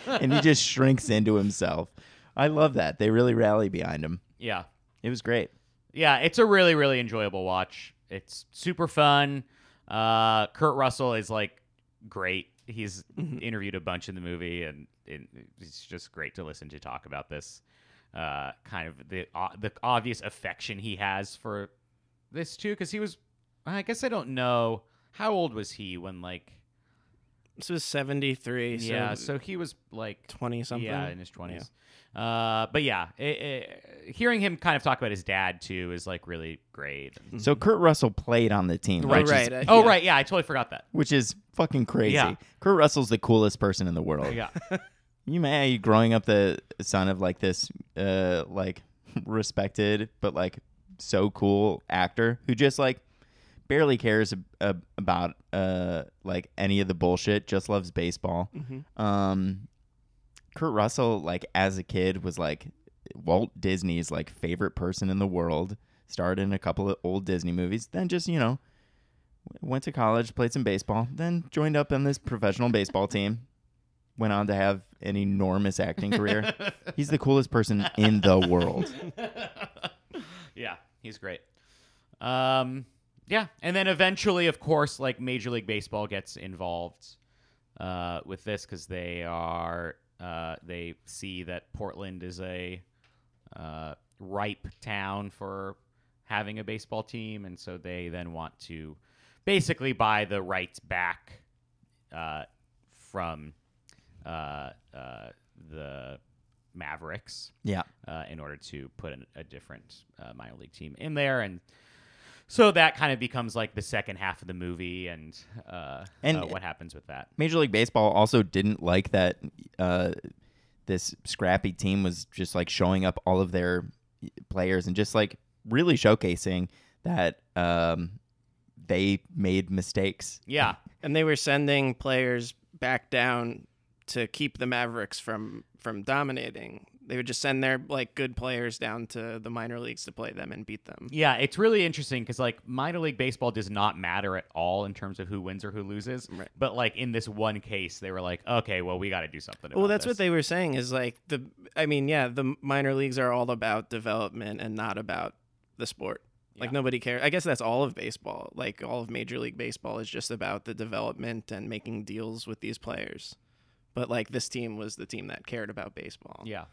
Speaker 2: and he just shrinks into himself. I love that. They really rally behind him.
Speaker 1: Yeah.
Speaker 2: It was great.
Speaker 1: Yeah, it's a really, really enjoyable watch. It's super fun. Uh, Kurt Russell is like great. He's interviewed a bunch in the movie, and it, it's just great to listen to talk about this uh, kind of the uh, the obvious affection he has for this too, because he was. I guess I don't know how old was he when like
Speaker 3: This was 73, so
Speaker 1: yeah, so he was like
Speaker 3: 20 something.
Speaker 1: yeah, in his twenties. Uh, but yeah, it, it, hearing him kind of talk about his dad too is like really great.
Speaker 2: So Kurt Russell played on the team,
Speaker 3: Right,
Speaker 2: which, Is,
Speaker 3: right. uh,
Speaker 1: Oh
Speaker 3: yeah.
Speaker 1: right, yeah, I totally forgot that.
Speaker 2: which is fucking crazy.
Speaker 1: Yeah.
Speaker 2: Kurt Russell's the coolest person in the world.
Speaker 1: Yeah,
Speaker 2: You may growing up the son of like this uh like respected but like so cool actor who just like barely cares ab- ab- about uh like any of the bullshit just loves baseball. Um Kurt Russell like as a kid was like Walt Disney's like favorite person in the world, starred in a couple of old Disney movies, then just, you know, went to college, played some baseball, then joined up on this professional baseball team. Went on to have an enormous acting career. He's the coolest person in the world.
Speaker 1: yeah, he's great. Um, yeah, and then eventually, of course, like Major League Baseball gets involved uh, with this because they are uh, they see that Portland is a uh, ripe town for having a baseball team, and so they then want to basically buy the rights back uh, from uh, uh, the Mavericks
Speaker 2: Yeah.
Speaker 1: uh, in order to put an, a different uh, minor league team in there and so that kind of becomes like the second half of the movie and uh,
Speaker 2: And-
Speaker 1: uh, what happens with that
Speaker 2: Major League Baseball also didn't like that uh, this scrappy team was just like showing up all of their players and just like really showcasing that um, they made mistakes.
Speaker 1: yeah
Speaker 3: And they were sending players back down to keep the Mavericks from from dominating. They would just send their like good players down to the minor leagues to play them and beat them.
Speaker 1: yeah it's really interesting because like minor league baseball does not matter at all in terms of who wins or who loses
Speaker 3: Right.
Speaker 1: but like in this one case they were like okay well we got to do something
Speaker 3: Well,
Speaker 1: about
Speaker 3: that's
Speaker 1: this.
Speaker 3: what they were saying is like the I mean, yeah, the minor leagues are all about development and not about the sport. Like
Speaker 1: Yeah.
Speaker 3: nobody cares. I guess that's all of baseball. Like all of Major League Baseball is just about the development and making deals with these players. But like this team was the team that cared about baseball.
Speaker 1: yeah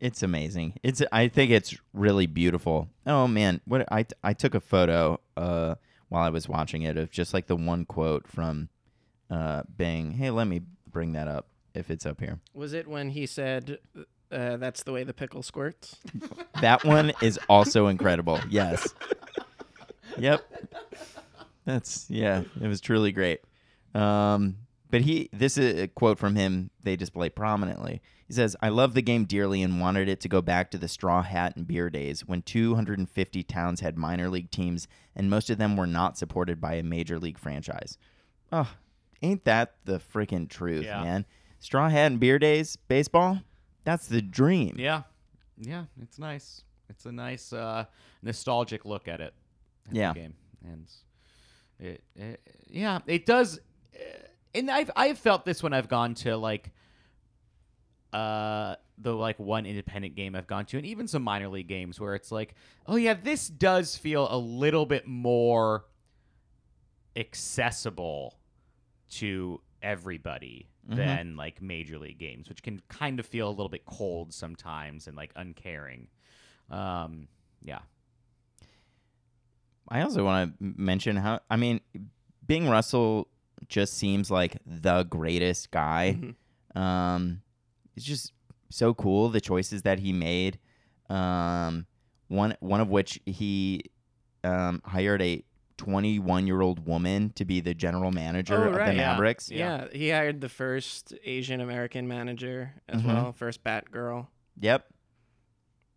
Speaker 2: It's amazing. It's I think it's really beautiful. Oh man, what I I took a photo uh while I was watching it of just like the one quote from uh Bing. Hey, let me bring that up if it's up here.
Speaker 3: Was it when he said uh, that's the way the pickle squirts?
Speaker 2: That one is also incredible. Yes. Yep. That's yeah, it was truly great. Um but he this is a quote from him they display prominently. He says, "I love the game dearly and wanted it to go back to the straw hat and beer days when 250 towns had minor league teams and most of them were not supported by a major league franchise." Oh, ain't that the freaking truth,
Speaker 1: Yeah.
Speaker 2: man? Straw hat and beer days, baseball, that's the dream.
Speaker 1: yeah yeah it's nice it's a nice uh, nostalgic look at it at the
Speaker 2: Yeah.
Speaker 1: game and it, it yeah it does uh, and i've i've felt this when i've gone to like uh the like one independent game i've gone to and even some minor league games where it's like oh yeah this does feel a little bit more accessible to everybody than like major league games which can kind of feel a little bit cold sometimes and like uncaring um yeah
Speaker 2: I also want to mention how I mean, Bing Russell just seems like the greatest guy.
Speaker 3: Mm-hmm.
Speaker 2: Um, it's just so cool the choices that he made. Um, one one of which he um, hired a 21 year old woman to be the general manager
Speaker 3: Oh,
Speaker 2: of the
Speaker 3: right, yeah.
Speaker 2: Mavericks.
Speaker 1: Yeah.
Speaker 3: Yeah. he hired the first Asian American manager as
Speaker 2: Mhm.
Speaker 3: well, first bat girl.
Speaker 2: Yep.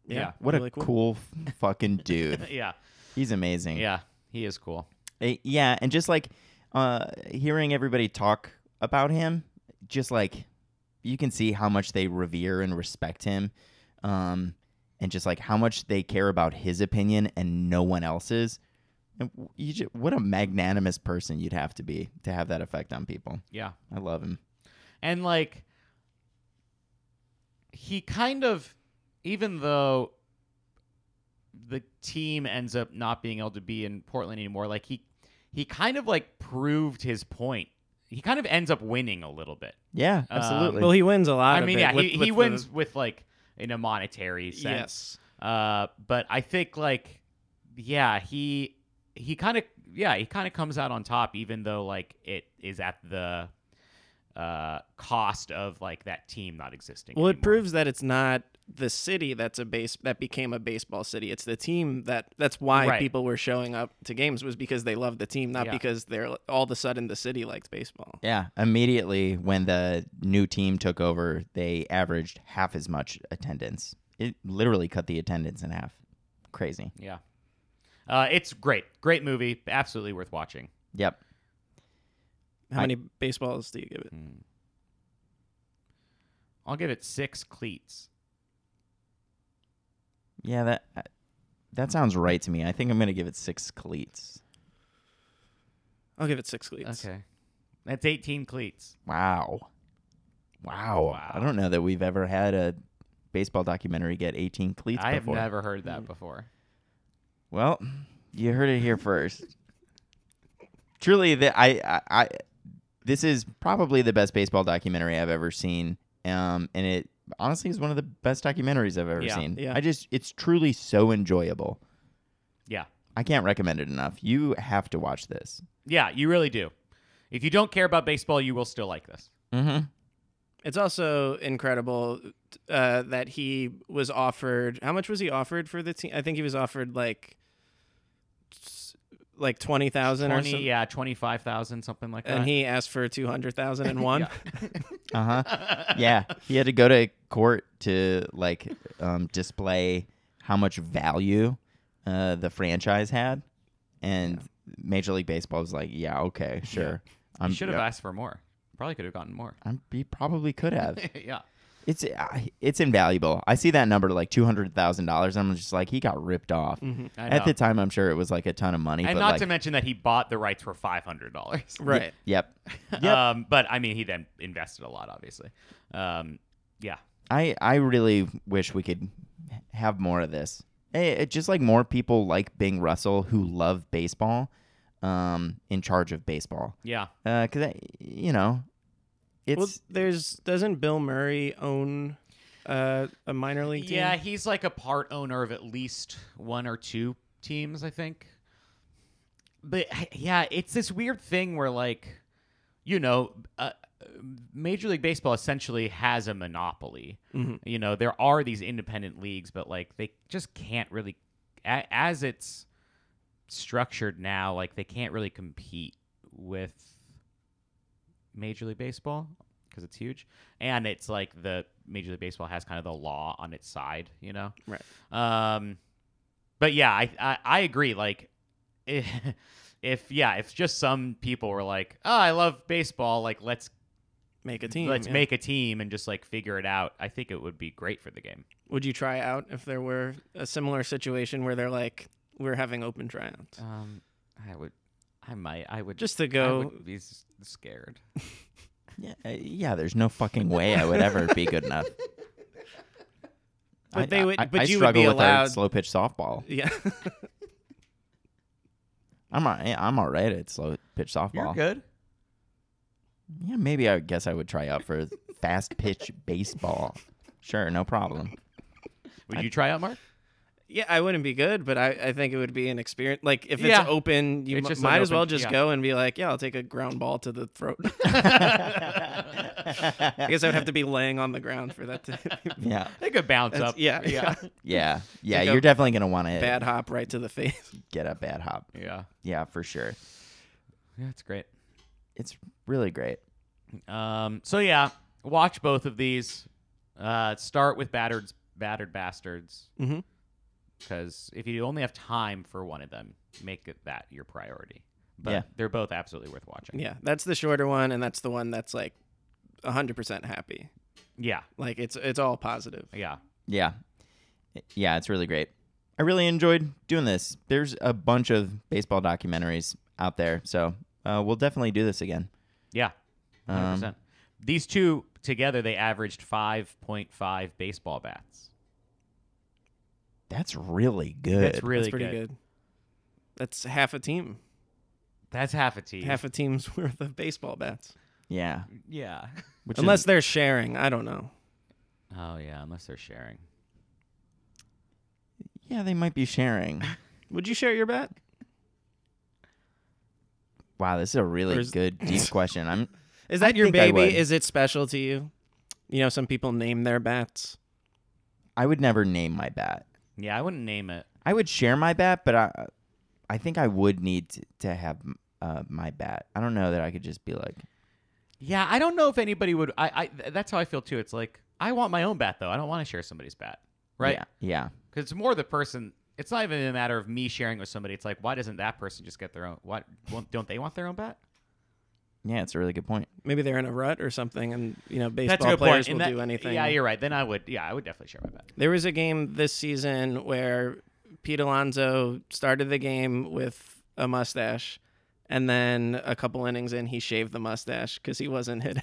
Speaker 3: Yeah,
Speaker 1: Yeah.
Speaker 2: What
Speaker 3: really
Speaker 2: a cool f- fucking dude.
Speaker 1: yeah
Speaker 2: He's amazing.
Speaker 1: yeah he is cool
Speaker 2: Uh, yeah, and just like uh, hearing everybody talk about him, just like you can see how much they revere and respect him. Um, and just like how much they care about his opinion and no one else's. And you just, what a magnanimous person you'd have to be to have that effect on people.
Speaker 1: Yeah.
Speaker 2: I love him.
Speaker 1: And like he kind of even though the team ends up not being able to be in Portland anymore, like he he kind of like proved his point. He kind of ends up winning a little bit.
Speaker 2: Yeah,
Speaker 1: Um,
Speaker 2: absolutely.
Speaker 3: Well, he wins a lot.
Speaker 1: I
Speaker 3: of
Speaker 1: mean,
Speaker 3: it
Speaker 1: yeah,
Speaker 3: with-
Speaker 1: he,
Speaker 3: with
Speaker 1: he
Speaker 3: the-
Speaker 1: wins with like in a monetary sense.
Speaker 3: Yes.
Speaker 1: Uh, but I think like yeah, he he kind of yeah, he kind of comes out on top even though like it is at the uh cost of like that team not existing.
Speaker 3: Well, it
Speaker 1: anymore.
Speaker 3: proves that it's not the city that's a base that became a baseball city. It's the team that that's why
Speaker 1: Right.
Speaker 3: people were showing up to games was because they loved the team, not
Speaker 1: Yeah.
Speaker 3: because they're all of a sudden the city liked baseball.
Speaker 2: yeah, immediately when the new team took over, they averaged half as much attendance. It literally cut the attendance in half. Crazy.
Speaker 1: Yeah. Uh, it's great. Great movie. Absolutely worth watching.
Speaker 2: Yep.
Speaker 3: How
Speaker 2: I-
Speaker 3: many baseballs do you give it?
Speaker 1: I'll give it six cleats.
Speaker 2: Yeah, that uh, that sounds right to me. I think I'm going to give it 6 cleats.
Speaker 3: I'll give it six cleats.
Speaker 1: Okay. That's 18 cleats.
Speaker 2: Wow. Wow. I don't know that we've ever had a baseball documentary get 18 cleats
Speaker 1: I have
Speaker 2: before.
Speaker 1: never heard
Speaker 3: Hmm.
Speaker 1: that before.
Speaker 2: Well, you heard it here first. Truly, that I, I, I, this is probably the best baseball documentary I've ever seen. Um, and it honestly is one of the best documentaries I've ever
Speaker 1: Yeah,
Speaker 2: seen.
Speaker 3: yeah.
Speaker 2: I just, it's truly so enjoyable.
Speaker 1: Yeah.
Speaker 2: I can't recommend it enough. You have to watch this.
Speaker 1: Yeah, you really do. If you don't care about baseball, you will still like this.
Speaker 2: Mm-hmm.
Speaker 3: It's also incredible uh, that he was offered. How much was he offered for the team? I think he was offered like s- like twenty thousand or
Speaker 1: 20,
Speaker 3: something,
Speaker 1: yeah, 25,000, something like that.
Speaker 3: and he asked for two hundred thousand and one.
Speaker 2: Uh huh. yeah, he had to go to court to like um, display how much value uh, the franchise had, and Major League Baseball was like, "Yeah, okay, sure." I'm,
Speaker 1: should have
Speaker 2: yeah,
Speaker 1: asked for more. Probably could have gotten more.
Speaker 2: I'm, he probably could have.
Speaker 1: yeah.
Speaker 2: It's I- it's invaluable. I see that number like two hundred thousand dollars. I'm just like, he got ripped off.
Speaker 1: Mm-hmm. I know.
Speaker 2: At the time, I'm sure it was like a ton of money.
Speaker 1: and
Speaker 2: but
Speaker 1: not
Speaker 2: like,
Speaker 1: to mention that he bought the rights for $500.
Speaker 3: Right.
Speaker 2: Yep. Yep.
Speaker 1: Um, but I mean, he then invested a lot, obviously. Um, yeah.
Speaker 2: I I really wish we could have more of this. Eh, eh, just like more people like Bing Russell who love baseball, um, in charge of baseball.
Speaker 1: Yeah.
Speaker 2: Uh, 'cause cause I, you know, it's
Speaker 3: well, there's doesn't Bill Murray own uh, a minor league team?
Speaker 1: Yeah, he's like a part owner of at least one or two teams, I think. But yeah, it's this weird thing where, like, you know, uh, Major League Baseball essentially has a monopoly.
Speaker 3: Mhm.
Speaker 1: You know, there are these independent leagues, but like they just can't really, a- as it's structured now, like they can't really compete with Major League Baseball because it's huge, and it's like the Major League Baseball has kind of the law on its side, you know.
Speaker 3: Right.
Speaker 1: Um, but yeah, I I, I agree. Like, if, if yeah, if just some people were like, "Oh, I love baseball. Like, let's
Speaker 3: Make a team.
Speaker 1: let's
Speaker 3: yeah.
Speaker 1: make a team and just like figure it out." I think it would be great for the game.
Speaker 3: Would you try out if there were a similar situation where they're like, we're having open tryouts?
Speaker 1: Um, I would. I might. I would
Speaker 3: Just to go.
Speaker 1: be scared.
Speaker 2: yeah, eh, yeah. There's no fucking way I would ever be good enough.
Speaker 3: But
Speaker 2: I-
Speaker 3: they would-
Speaker 2: I,
Speaker 3: but
Speaker 2: I
Speaker 3: you would
Speaker 2: struggle
Speaker 3: be
Speaker 2: with our
Speaker 3: allowed-
Speaker 2: slow pitch softball.
Speaker 3: yeah.
Speaker 2: I'm all, right- I'm all right at slow pitch softball.
Speaker 1: good.
Speaker 2: Yeah, maybe I guess I would try out for fast pitch baseball. Sure, no problem.
Speaker 1: Would you try out, Mark?
Speaker 3: yeah, I wouldn't be good, but I, I think it would be an experience. Like, if
Speaker 1: Yeah.
Speaker 3: it's open, you
Speaker 1: It's
Speaker 3: mi-
Speaker 1: just an
Speaker 3: might as
Speaker 1: open-
Speaker 3: well just
Speaker 1: yeah.
Speaker 3: go and be like, yeah, I'll take a ground ball to the throat. I guess I would have to be laying on the ground for that to
Speaker 2: Yeah,
Speaker 1: They could bounce
Speaker 3: That's-
Speaker 1: up.
Speaker 3: yeah.
Speaker 1: Yeah.
Speaker 2: yeah, yeah.
Speaker 3: Like a
Speaker 2: You're definitely gonna want to
Speaker 3: bad hop right to the face.
Speaker 2: get a bad hop.
Speaker 1: yeah.
Speaker 2: Yeah, for sure.
Speaker 1: Yeah. It's great.
Speaker 2: It's really great.
Speaker 1: Um, so yeah, watch both of these. Uh, start with battered battered bastards
Speaker 3: Mhm.
Speaker 1: because if you only have time for one of them, make it that your priority. But
Speaker 2: Yeah.
Speaker 1: they're both absolutely worth watching.
Speaker 3: Yeah, that's the shorter one, and that's the one that's like 100% happy.
Speaker 1: yeah,
Speaker 3: Like, it's it's all positive.
Speaker 1: yeah.
Speaker 2: Yeah. yeah, it's really great. I really enjoyed doing this. There's a bunch of baseball documentaries out there, so uh, we'll definitely do this again.
Speaker 1: Yeah, hundred
Speaker 2: Um,
Speaker 1: percent. These two together, they averaged five point five baseball bats.
Speaker 2: That's really good.
Speaker 1: That's really
Speaker 3: That's pretty good. That's half a team.
Speaker 1: That's half a team.
Speaker 3: Half a team's worth of baseball bats.
Speaker 2: yeah.
Speaker 1: yeah.
Speaker 2: Which
Speaker 3: Unless
Speaker 2: is,
Speaker 3: they're sharing, I don't know.
Speaker 1: Oh yeah, unless they're sharing.
Speaker 2: yeah, they might be sharing.
Speaker 3: Would you share your bat?
Speaker 2: Wow, this is a really
Speaker 3: There's-
Speaker 2: good deep question. I'm
Speaker 3: Is
Speaker 2: I
Speaker 3: that your
Speaker 2: think I would.
Speaker 3: baby? Is it special to you? You know, some people name their bats.
Speaker 2: I would never name my bat.
Speaker 1: Yeah, I wouldn't name it.
Speaker 2: I would share my bat, but I I think I would need to, to have uh, my bat. I don't know that I could just be like,
Speaker 1: Yeah, I don't know if anybody would. I, I th- that's how I feel too. It's like I want my own bat though. I don't want to share somebody's bat, right?
Speaker 2: Yeah, yeah.
Speaker 1: Because it's more the person. It's not even a matter of me sharing with somebody. It's like why doesn't that person just get their own? Why won't, don't they want their own bat?
Speaker 2: Yeah, it's a really good point.
Speaker 3: Maybe they're in a rut or something, and you know, baseball
Speaker 1: That's a good
Speaker 3: players
Speaker 1: point. And
Speaker 3: will
Speaker 1: that-
Speaker 3: do anything.
Speaker 1: Yeah, you're right. Then I would. Yeah, I would definitely share my bat.
Speaker 3: There was a game this season where Pete Alonso started the game with a mustache, and then a couple innings in, he shaved the mustache because he wasn't hitting.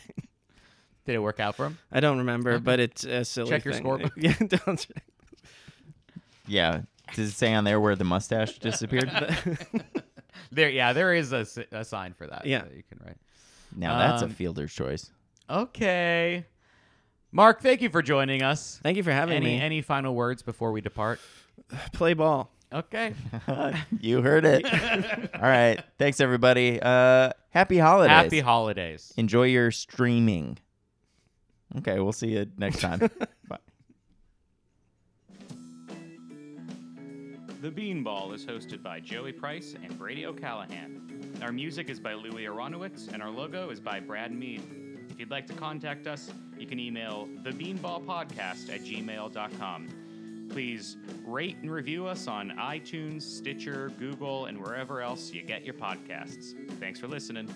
Speaker 1: Did it work out for him?
Speaker 3: I don't remember, but it's a silly.
Speaker 1: Check your
Speaker 3: thing.
Speaker 1: scorebook.
Speaker 3: yeah, don't.
Speaker 2: Yeah. Does it say on there where the mustache disappeared?
Speaker 1: There, yeah, there is a, s- a sign for that.
Speaker 3: Yeah.
Speaker 1: that you can write.
Speaker 2: now that's a
Speaker 1: Um,
Speaker 2: fielder's choice.
Speaker 1: Okay, Mark, thank you for joining us.
Speaker 3: Thank you for having
Speaker 1: any
Speaker 3: me.
Speaker 1: any final words before we depart?
Speaker 3: Play ball.
Speaker 1: Okay,
Speaker 2: you heard it. All right. Thanks everybody. Uh happy holidays.
Speaker 1: happy holidays.
Speaker 2: Enjoy your streaming. Okay, we'll see you next time. Bye.
Speaker 1: The Beanball is hosted by Joey Price and Brady O'Callahan. Our music is by Louis Aronowitz, and our logo is by Brad Mead. If you'd like to contact us, you can email thebeanballpodcast at gmail.com. Please rate and review us on iTunes, Stitcher, Google, and wherever else you get your podcasts. Thanks for listening.